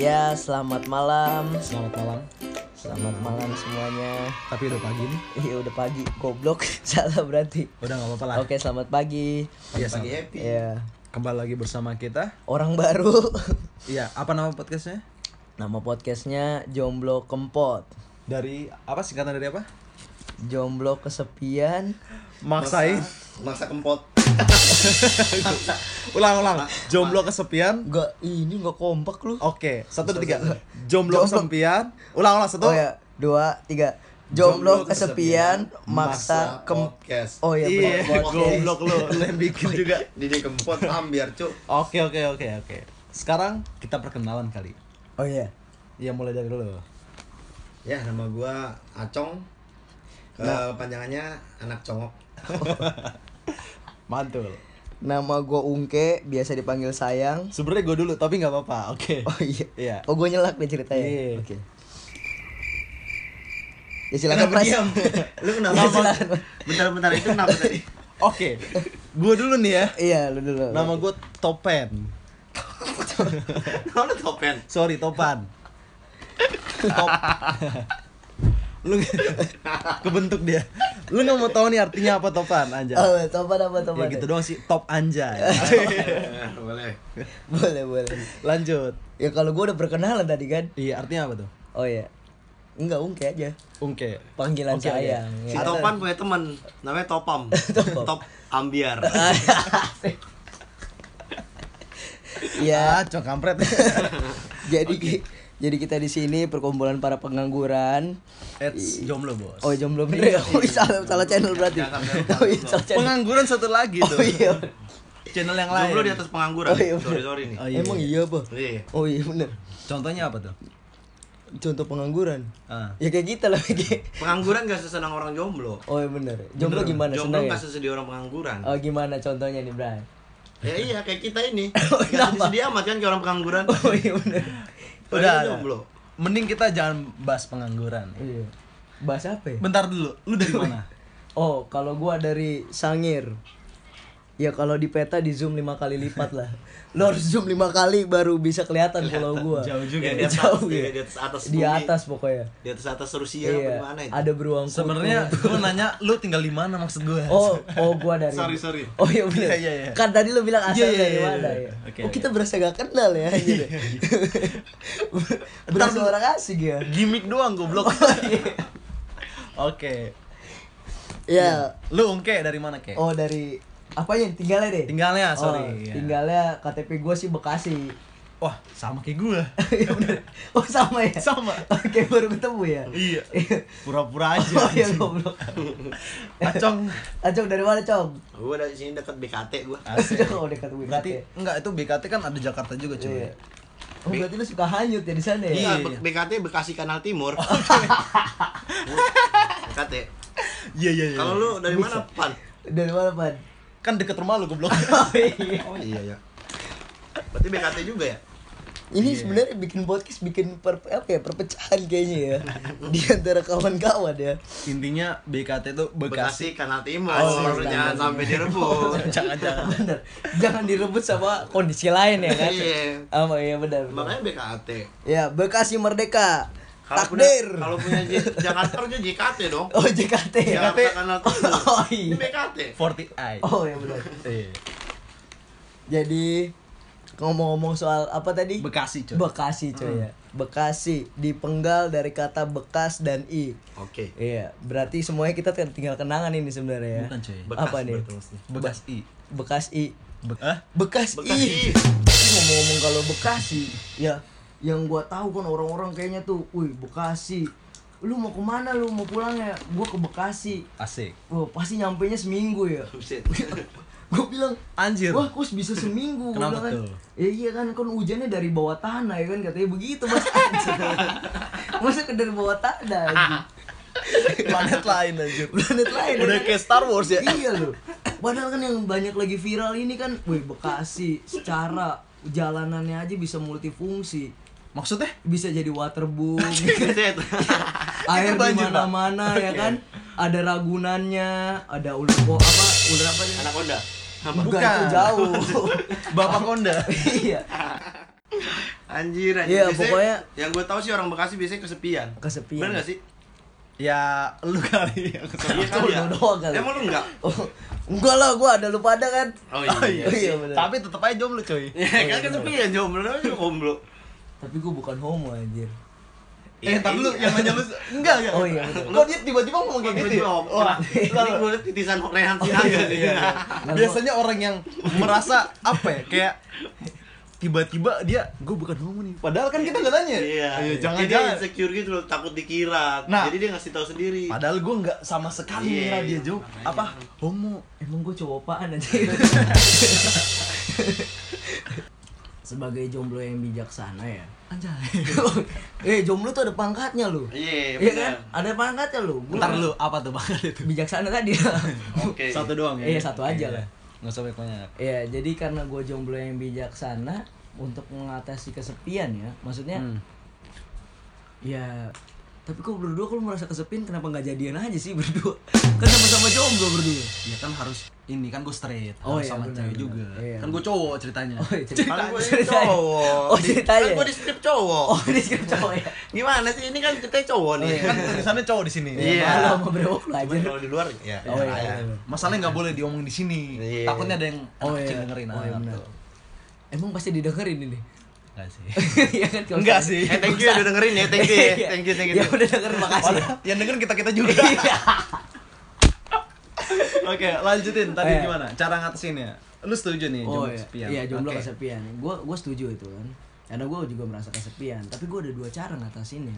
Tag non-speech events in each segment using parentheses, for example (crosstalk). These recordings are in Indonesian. Ya, selamat malam. Selamat malam. Selamat malam semuanya. (laughs) Tapi udah pagi nih. Iya, udah pagi. Goblok. (laughs) Salah berarti. Udah nggak apa-apa lah. Oke, selamat pagi. Oh, Iya, sama. Ya, Kembali lagi bersama kita. orang baru. (laughs) Iya. Apa nama podcastnya? Nama podcastnya Jomblo Kempot. Dari apa singkatan dari apa? Jomblo kesepian. Maksain. Maksa kempot. Ulang-ulang. Jomblo kesepian. Enggak, ini enggak kompak lu. Oke. Satu dua tiga. Jomblo iya. kesepian. Ulang-ulang satu. Oh ya, dua, tiga. Jomblo Jomblo kesepian, kesepian, maksa maksa kem. podcast. Oh ya, Iya. benar, podcast. Goblok lu. Lu yang bikin juga. Didi kempot ambiar cuk. Oke oke oke oke. Sekarang kita perkenalan kali. Oh ya. Ya mulai dari dulu. Ya nama gua Acong. Nah. Kepanjangannya anak congok. (laughs) Mantul. Nama gua Ungke, biasa dipanggil Sayang. Sebenarnya gue dulu tapi nggak apa-apa. (laughs) Oke. Oh iya. Iya. Oh gue nyelak nih ceritanya. Iya. Oke. Ya silakan Mas. Lu kenapa? (laughs) Ya, silakan. Bentar-bentar itu kenapa tadi? Oke. Gue dulu nih ya. Iya, lu dulu. Nama gue Topen. Lu (laughs) topen. Sorry, Topan. Top. Lu kebentuk dia. Lu nggak mau tahu nih artinya apa Topan anjay. Oh, topan apa topan? ya gitu doang sih, top (laughs) anjay. Eh, Boleh. Boleh, boleh. Lanjut. Ya kalau gue udah perkenalan tadi kan. Iya, artinya apa tuh? Oh iya. Enggak ungke aja. Ungke. Panggilan Oke, oke. sayang. Si Ya. Topan punya teman namanya Topam. Top ambiar. (laughs) Iya. Ah, cok kampret. Jadi ki- jadi kita di sini perkumpulan para pengangguran. Eits, jomblo, Bos. Oh, jomblo bener ya? Oh, iya, salah, salah channel berarti. Jangan sampai lupa. Oh, iya, salah channel. Pengangguran satu lagi Oh tuh. iya. Channel yang lain. Jomblo di atas pengangguran. Oh, iya, bener. Sorry sorry nih. Oh, iya. Emang iya, apa? Iya. Oh iya bener. Contohnya apa tuh? Contoh pengangguran. Ah. (laughs) Ya kayak kita lah kayak. Pengangguran gak sesenang orang jomblo. Oh iya bener. Jomblo gimana Jomblo senang ya? gak sesedih orang pengangguran. Oh gimana contohnya nih Bray? (laughs) Ya iya kayak kita ini. kenapa? Gak sedih amat kan kayak orang pengangguran. Oh iya bener. Udah. Padahal jomblo. Mending kita jangan bahas pengangguran. Iya. Bahas apa ya? Bentar dulu. Lu dari mana? Oh kalau gua dari Sangir. Ya kalau di peta di zoom lima kali lipat lah. Lo harus zoom lima kali baru bisa kelihatan pulau gua. Jauh juga ya. Ya, di atas, Jauh ya, ya. di atas atas Di bumi. atas pokoknya. di atas atas Rusia apa Iya. gimana ya? itu Ada beruang kutu. Sebenarnya gue nanya lu tinggal di mana maksud gue. Oh, oh gua dari. Sorry, sorry. Oh iya bener. Iya, iya, iya. Kan tadi lu bilang asal Iya, iya, dari iya, mana ya. iya. oh Oke, oke. Iya, kita berasa gak kenal ya. anjir. (laughs) berasa dulu. orang asing (laughs) ya. Iya. gimmick doang goblok. Oke. Ya. Iya. Lu ungke dari mana, Ke? Oh dari apa ya tinggalnya deh? Tinggalnya, Oh, sorry. Iya. Tinggalnya KTP gua sih Bekasi. (laughs) Wah, sama kayak gue. Iya bener. oh sama ya? Sama. Oke baru ketemu ya? (laughs) Iya. Pura-pura aja. oh iya goblok. Acong. Acong dari mana Cong? gue dari sini dekat BKT gue (laughs) Asik. Oh dekat WKT. Berarti enggak itu BKT kan ada Jakarta juga, cuy. ya? Iya. Oh, berarti lu suka hanyut ya di sana ya? Iya. BKT Bekasi Kanal Timur (laughs) BKT Iya, iya, iya. kalau lu dari mana pan Dari mana Pan? kan deket rumah (laughs) lu goblok. Oh, iya. oh (laughs) iya ya berarti BKT juga ya Ini sebenarnya bikin podcast bikin per, apa ya perpecahan kayaknya ya di antara kawan-kawan ya. Intinya BKT itu Bekasi. Bekasi Kanal Timur Oh, Lu iya. jangan sampai (laughs) direbut Jangan-jangan. Bener. Jangan direbut sama kondisi lain ya kan? Iya. Sama iya benar. makanya BKT Ya, Bekasi Merdeka. kalau punya Takdir. kalau punya J- Jakarta harusnya JKT dong (laughs) Oh, JKT. Jakarta Kanal Timur (laughs) Oh, ini iya. BKT 40i. Oh, iya benar. Iya. Jadi ngomong-ngomong soal apa tadi? Bekasi, cuy. Bekasi, coy Hmm. ya. Bekasi dipenggal dari kata bekas dan i. oke Iya, berarti semuanya kita tinggal kenangan ini sebenarnya ya. Bukan, cuy. Bekas apa nih? berarti maksudnya. Bekas I. Bekas i. Be- Hah? Bekas, Bekasi. I. Tapi ngomong-ngomong kalau Bekasi, ya yang gua tahu kan orang-orang kayaknya tuh, wih Bekasi. Lu mau kemana lu mau pulang ya? Gua ke Bekasi. Asik. Wah pasti nyampe nya seminggu ya. Buset. gua bilang, Anjir. wah kok bisa seminggu? Gua Kenapa bilang kan, tuh? "Ya iya kan kan hujannya dari bawah tanah ya kan katanya begitu (laughs) mas. Masa ke dari bawah tanah? anjing? Planet lain anjir. Planet lain. ya Ah. Udah kan? kayak Star Wars ya. Iya loh. Padahal kan yang banyak lagi viral ini kan, woi Bekasi secara jalanannya aja bisa multifungsi. Maksudnya? Bisa jadi waterboom, air Buset. Itu di banjir, Pak. mana-mana ya kan. Ada ragunannya, ada ular ko apa ular apa nih? anak Honda (laughs) Bukan, itu jauh. Bapak Konda. iya. Anjir, anjir. Iya, Biasanya pokoknya- yang gue tahu sih orang Bekasi biasanya kesepian. Kesepian. Bener gak sih? Ya lu kali yang Iya kesepian. Itu lu doang kali. Emang lu enggak? Oh, enggak lah, gua ada lu pada kan. Oh iya. Oh iya, sih. bener. Tapi tetep aja jomblo cuy. Iya, kan kesepian jomblo namanya juga jomblo. Tapi gua bukan homo anjir. Iya, Eh, tapi lu yang nanya lu enggak enggak. Oh, iya, betul. Kok dia tiba-tiba ngomong kayak gitu? ya? Oh, Wah, Tadi gue liat titisan Rehan Sinaga sih. Lalu- Iya, biasanya orang yang merasa apa ya kayak tiba-tiba dia gue bukan homo nih padahal kan kita nggak tanya Iya. Ayo, jangan Jadi jangan insecure gitu loh, takut dikira. Nah. Jadi dia ngasih tahu sendiri. padahal gue nggak sama sekali ngira Iya, dia iya, jauh makanya. apa homo Emang gua cowok apaan aja. (laughs) Sebagai jomblo yang bijaksana ya. Anjay. eh, jomblo tuh ada pangkatnya lu. Iya, Iya benar. kan? Ada pangkatnya lu. Gua ntar lu apa tuh banget itu bijaksana tadi. Oke. satu doang ya Iya, satu aja lah. nggak usah banyak banyak Iya, jadi karena gue jomblo yang bijaksana untuk mengatasi kesepian ya, Iya. maksudnya Hmm. ya. Tapi kok berdua kalau merasa kesepian kenapa nggak jadian aja sih berdua? Kan sama-sama jomblo berdua. ya kan harus ini kan gue straight Oh, iya, harus sama benar, cewek benar. juga Iya. kan gue cowok ceritanya Oh, iya, cerita- Kan gue ceritanya. cowok. Oh, ceritanya. Kan gue di strip cowok. Oh, ini script cowok ya. Gimana sih ini kan ceritanya cowok nih. kan tulisannya cowok di sini Iya. Malu sama brewok lu Oh, aja. Cuman kalau di luar ya. Oh, iya, iya. masalahnya nggak boleh diomongin di sini Iya. takutnya ada yang anak Oh, kecil iya. dengerin Oh, iya, anak benar. tuh. Emang pasti didengerin (laughs) ini. Nggak sih Iya kan kalau Enggak saya- sih. Eh, thank you ya udah dengerin ya. Thank you (laughs) ya. Thank you, thank you. Ya udah dengerin makasih. (laughs) Iya. Padahal yang denger kita kita juga. Oke, lanjutin tadi Eh. gimana? Cara ngatasinnya? Lu setuju nih Oh jomblo iya, kesepian? iya jomblo Oke. kesepian. Gue gue setuju itu kan. Karena gue juga merasa kesepian. Tapi gue ada dua cara ngatasinnya.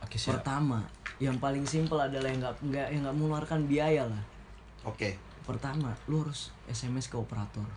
Oke, siap. Pertama, yang paling simpel adalah yang nggak nggak yang nggak mengeluarkan biaya lah. Oke. Pertama, lu harus SMS ke operator.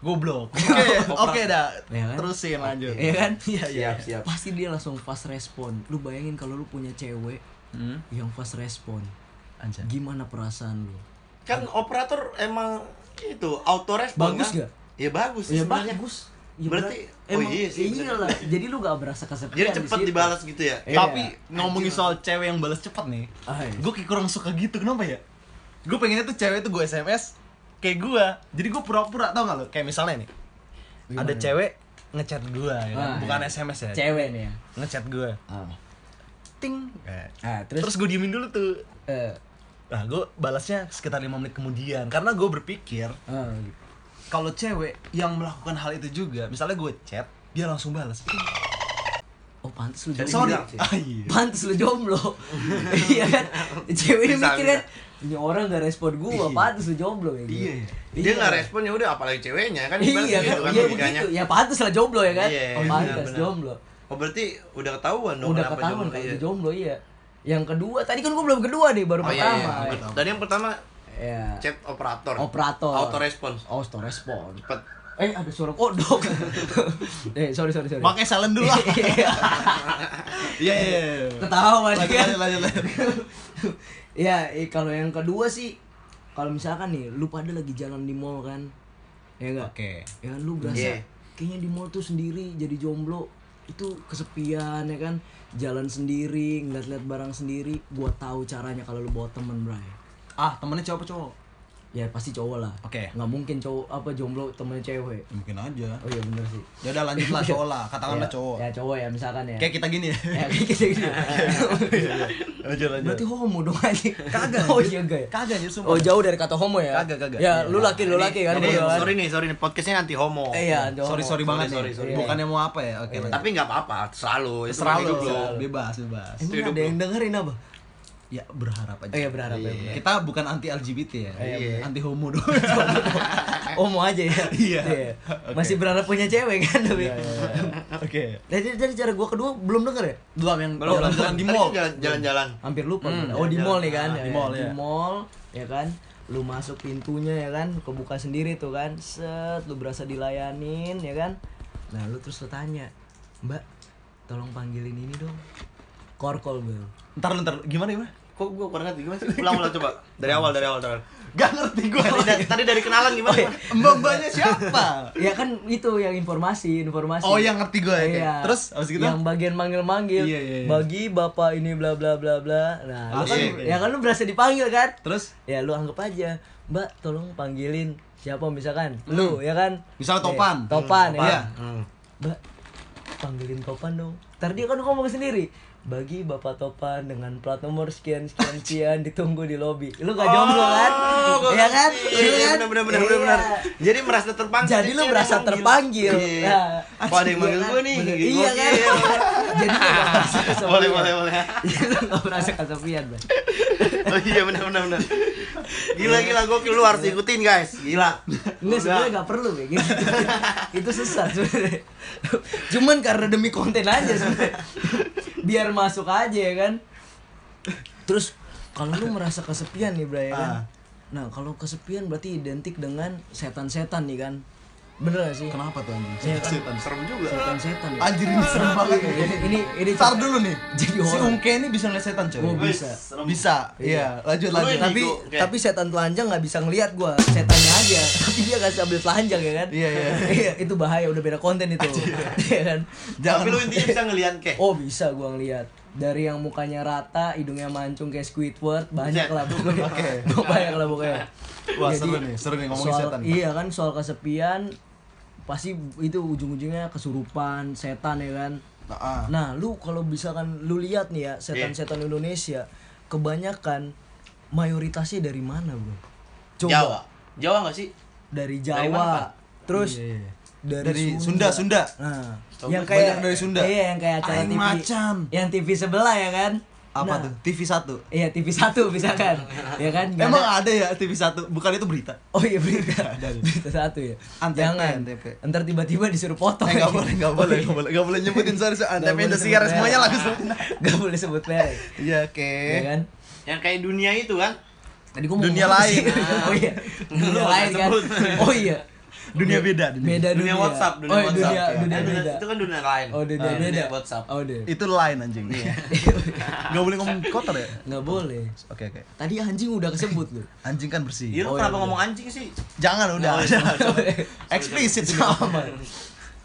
Goblok. (laughs) Oke, oke dah. Iya kan? Terusin lanjut. Iya kan? Iya Siap, siap. Pasti dia langsung fast respon. Lu bayangin kalau lu punya cewek Hmm, yang fast respon, Iya. anjay. gimana perasaan lu? Kan operator emang itu auto respon Bagus kan? nggak? Ya bagus sih Ya sebenarnya. bagus. Berarti- berat- oh emang, iya sih, iya bener. lah. Jadi lu gak berasa kesepian. Jadi di cepet situ. dibalas gitu ya. Iya. Tapi ngomongin soal cewek yang balas cepat nih, Ah, iya. gue kayak kurang suka gitu. Kenapa ya? Gue pengennya tuh cewek tuh gue SMS kayak gue. Jadi gue pura-pura tau gak lo? Kayak misalnya nih, Gimana? ada cewek ngechat gue, ya kan? Ah, bukan iya. SMS ya, Cewek nih ya. ngechat gue, Ah. ting. Nah, Ah, terus, Terus, gue diemin dulu tuh. eh, Nah, gue balasnya sekitar 5 menit kemudian karena gue berpikir ah, kalau cewek yang melakukan hal itu juga, misalnya gue chat, dia langsung balas. Iya. oh pantas lu jomblo. Sorry. bilang sih. Ah, iya. Pantes lu (laughs) jomblo. iya kan? Cewek ini Bisa, Iya. mikir kan, ini orang gak respon gua, pantes lu jomblo ya. gitu. Iya. Dia nggak respon ya udah apalagi ceweknya kan Iya, ibaratnya kan? gitu kan iya logikanya. begitu. Ya pantes lah jomblo ya kan? Iya, Oh, benar, pantes benar. jomblo. Oh berarti udah ketahuan dong Udah kenapa ketahuan jomblo kalau iya. lu jomblo iya. Yang kedua, tadi kan gua belum kedua nih, baru Oh iya, pertama. iya. ya. Tadi yang pertama Iya. chat operator. Operator. Auto respon. Auto respon. Cepet. Eh, ada suara (laughs) kodok. eh, sorry sorry Iya. sorry. Makanya silent (laughs) dulu. lah. Iya, iya. iya. ketawa Lanjut, dia. lanjut, lanjut, lanjut. (laughs) ya eh, kalau yang kedua sih kalau misalkan nih lu pada lagi jalan di mall kan ya enggak Oke. ya kan, lu berasa Iya. kayaknya di mall tuh sendiri jadi jomblo itu kesepian ya kan jalan sendiri ngeliat-liat barang sendiri gua tahu caranya kalau lu bawa temen bray Ah, temennya cowok apa cowok? ya pasti cowok lah Oke. nggak mungkin cowok apa jomblo temennya cewek Mungkin aja. oh iya bener sih Ya udah lanjut (laughs) lah cowok lah, katakanlah Ya, cowok. ya cowok ya misalkan ya Kayak kita gini ya. ya kayak gitu iya. Lanjut, berarti homo dong aja Kagak. oh anjir. iya enggak ya (laughs) Kagak anjir, sumpah. Oh jauh dari kata homo ya? Kagak, kagak. Ya Iya. lu laki lu laki kan? Ini, berdua kan? sorry nih, sorry nih. Podcastnya anti homo. Eh, Iya anti homo. Sorry, sorry Sorry, banget sorry, nih. sorry. Bukannya mau apa ya? Oke, lanjut. Iya. Tapi nggak apa-apa, selalu. Terserah lu, hidup lu. bebas, bebas. Emang Hidup ada lu. yang dengerin (laughs) apa? Ya berharap aja. Oh iya berharap ya. Iya. benar. Kita bukan anti LGBT ya. Iya. Anti homo doang. Homo aja ya. Iya. Oke. Iya, Masih berharap punya cewek kan tapi. Oke. Jadi dari cara gua kedua belum denger ya? Belum yang Belum, jalan-jalan di tadi mall. kan jalan- Jalan-jalan. Hampir lupa. gua. Hmm, oh di jalan-jalan. mall nih kan? Ah, Ya, di mall, Di ya. mall ya kan? Lu masuk pintunya ya kan? Kebuka sendiri tuh kan? Set lu berasa dilayanin ya kan? Nah lu terus lu tanya, Mbak tolong panggilin ini dong. Korkol bro. Ntar lu ntar lu. gimana (laughs) gimana? Kok gue kurang ngerti gimana sih? Ulang-ulang coba. Dari awal, dari awal, dari awal. Gak ngerti gua. Tadi, da- tadi dari kenalan gimana? gimana? Mbak-mbaknya Eh, siapa? ya kan itu yang informasi informasi Oh, yang ngerti gua ya, kayak. Iya. Terus, abis gitu? yang bagian manggil manggil Iya, iya, iya. bagi bapak ini bla bla bla bla nah lu Ah, kan iya, ya iya. kan lu berasa dipanggil kan Terus ya lu anggap aja mbak tolong panggilin Hmm. siapa misalkan lu ya kan Misalnya Ya, Topan. topan Hmm, ya Topan. mbak panggilin Topan dong Ntar dia kan ngomong sendiri Bagi Bapak Topan dengan plat nomor sekian sekian (laughs) sekian Ditunggu di lobi Lu gak jomblo kan? Oh, gua Iya kan? ngerti. Iya Iya, kan? bener bener bener Iya. bener. Jadi merasa terpanggil. Jadi lu Dia merasa manggil. terpanggil Iya. Nah, Kok ada yang manggil iya kan? gue nih? Bener. Gokil. Iya kan? (laughs) Jadi lu (laughs) gak merasa kesepian Boleh boleh boleh. (laughs) Jadi lu gak merasa kesepian Bang. Oh iya benar benar benar. Gila gila gokil lu Iya. harus ikutin guys. Gila. Enggak sebenarnya nggak perlu Bang. (laughs) Gitu. Itu susah sebenarnya. Cuman karena demi konten aja sebenarnya. Biar masuk aja ya kan. Terus kalau lu merasa kesepian nih Bray ya kan. Ah. Nah, kalau kesepian berarti identik dengan setan-setan nih kan. Bener gak sih? Kenapa tuh anjing? Iya kan? Setan. Serem juga. Setan-setan. ya. Anjir ini serem banget. Ini ini ini Tar dulu nih. Jadi Si horor. Ungke ini bisa ngeliat setan Gua coy. bisa. Wih, serem. Bisa. Iya, lanjut lanjut. Lu ini. tapi Oke. tapi setan telanjang nggak bisa ngelihat gua setannya aja tapi dia nggak sambil telanjang ya kan Iya, iya. Iya, itu bahaya udah beda konten itu Iya kan Jangan. Tapi lu intinya bisa ngeliat kek. oh bisa gua ngelihat dari yang mukanya rata hidungnya mancung kayak Squidward banyak Buset. lah pokoknya Oke. (laughs) banyak lah pokoknya Wah, seru nih, seru nih ngomongin soal- setan. iya kan soal kesepian pasti itu ujung-ujungnya kesurupan setan ya kan Nah, ah. Nah, lu kalau misalkan lu lihat Iya. nih ya, setan-setan Indonesia kebanyakan mayoritasnya dari mana, Bro? Coba Jawa. Jawa gak sih? dari Dari mana, Pak? Jawa. Terus Iya, iya. dari, Dari Sunda, Sunda. Nah, Coba yang kayak banyak dari Sunda. Iya, yang kayak acara Aing TV. macan. Yang TV sebelah ya kan? Nah, Apa tuh? TV 1. Iya, TV satu misalkan. ya kan? Nggak Emang ada- ada ya TV 1? Bukan itu berita. Oh iya berita, berita satu ya. Antv, Jangan, Antv. ntar tiba-tiba disuruh potong. Eh enggak lagi. boleh, enggak boleh, enggak boleh. Enggak boleh nyebutin sorry, sorry. Nggak Antep boleh Indosiar sebut semuanya merek. langsung sebutin. (laughs) Nggak boleh sebut merek. Iya, oke. Ya kan? Yang kayak dunia itu kan? Tadi gua mau Dunia ngomong apa lain. sih? (laughs) oh iya. Dunia Lu lain kan. sebut. Oh iya. Dunia beda, dunia. Beda dunia. Dunia WhatsApp, dunia oh, iya, WhatsApp. Dunia, ya. dunia Eh, beda. Itu kan dunia lain. Oh, dunia Eh, beda. WhatsApp. Oh, dunia. Itu lain anjing. Enggak boleh ngomong kotor ya? Enggak boleh. Oke, oke. Tadi anjing udah kesebut (laughs) lu. Anjing kan bersih. Iya, lu Oh, kenapa iya. ngomong anjing sih? Jangan udah. Oh, iya. jangan. Eksplisit sama. (laughs)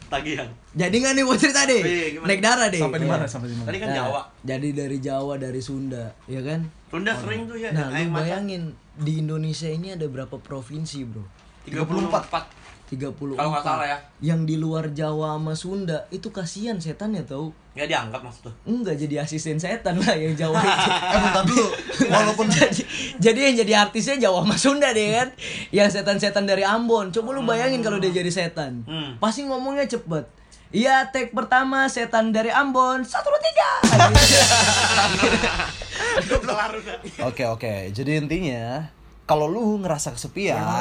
Tagihan. Jadi nggak nih mau cerita deh? Oh, iya, gimana? Naik darah deh. Sampai di mana? Iya. Sampai di Tadi mana? kan Nah, Jawa. Jadi dari Jawa, dari Sunda, ya kan? Sunda sering tuh ya. Nah, air lu mata. bayangin di Indonesia ini ada berapa provinsi, Bro? 34. 34. Kalau nggak salah ya. Yang di luar Jawa sama Sunda itu kasihan setan ya tau Nggak dianggap maksud tuh. Enggak jadi asisten setan lah yang Jawa itu. (laughs) Eh, bentar dulu. (laughs) Walaupun jadi, jadi yang jadi artisnya Jawa sama Sunda deh kan yang setan-setan dari Ambon coba lu bayangin kalau dia jadi setan Hmm. pasti ngomongnya cepet Iya, tag pertama setan dari Ambon satu dua (laughs) Iya tiga. Oke, oke. Jadi intinya kalau lu Kalau Ya, lu ngerasa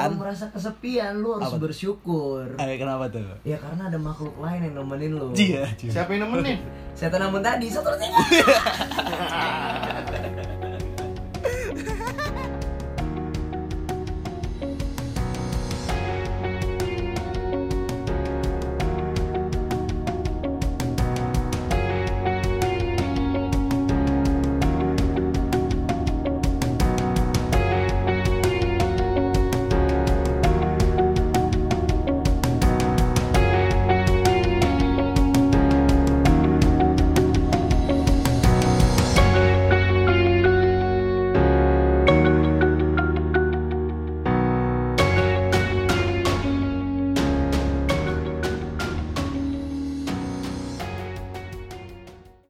kesepian, merasa kesepian, lu harus bersyukur. eh kenapa tuh? Ya karena ada makhluk lain yang nemenin lu. Iya. Siapa yang nemenin? Setan Ambon tadi satu dua tiga.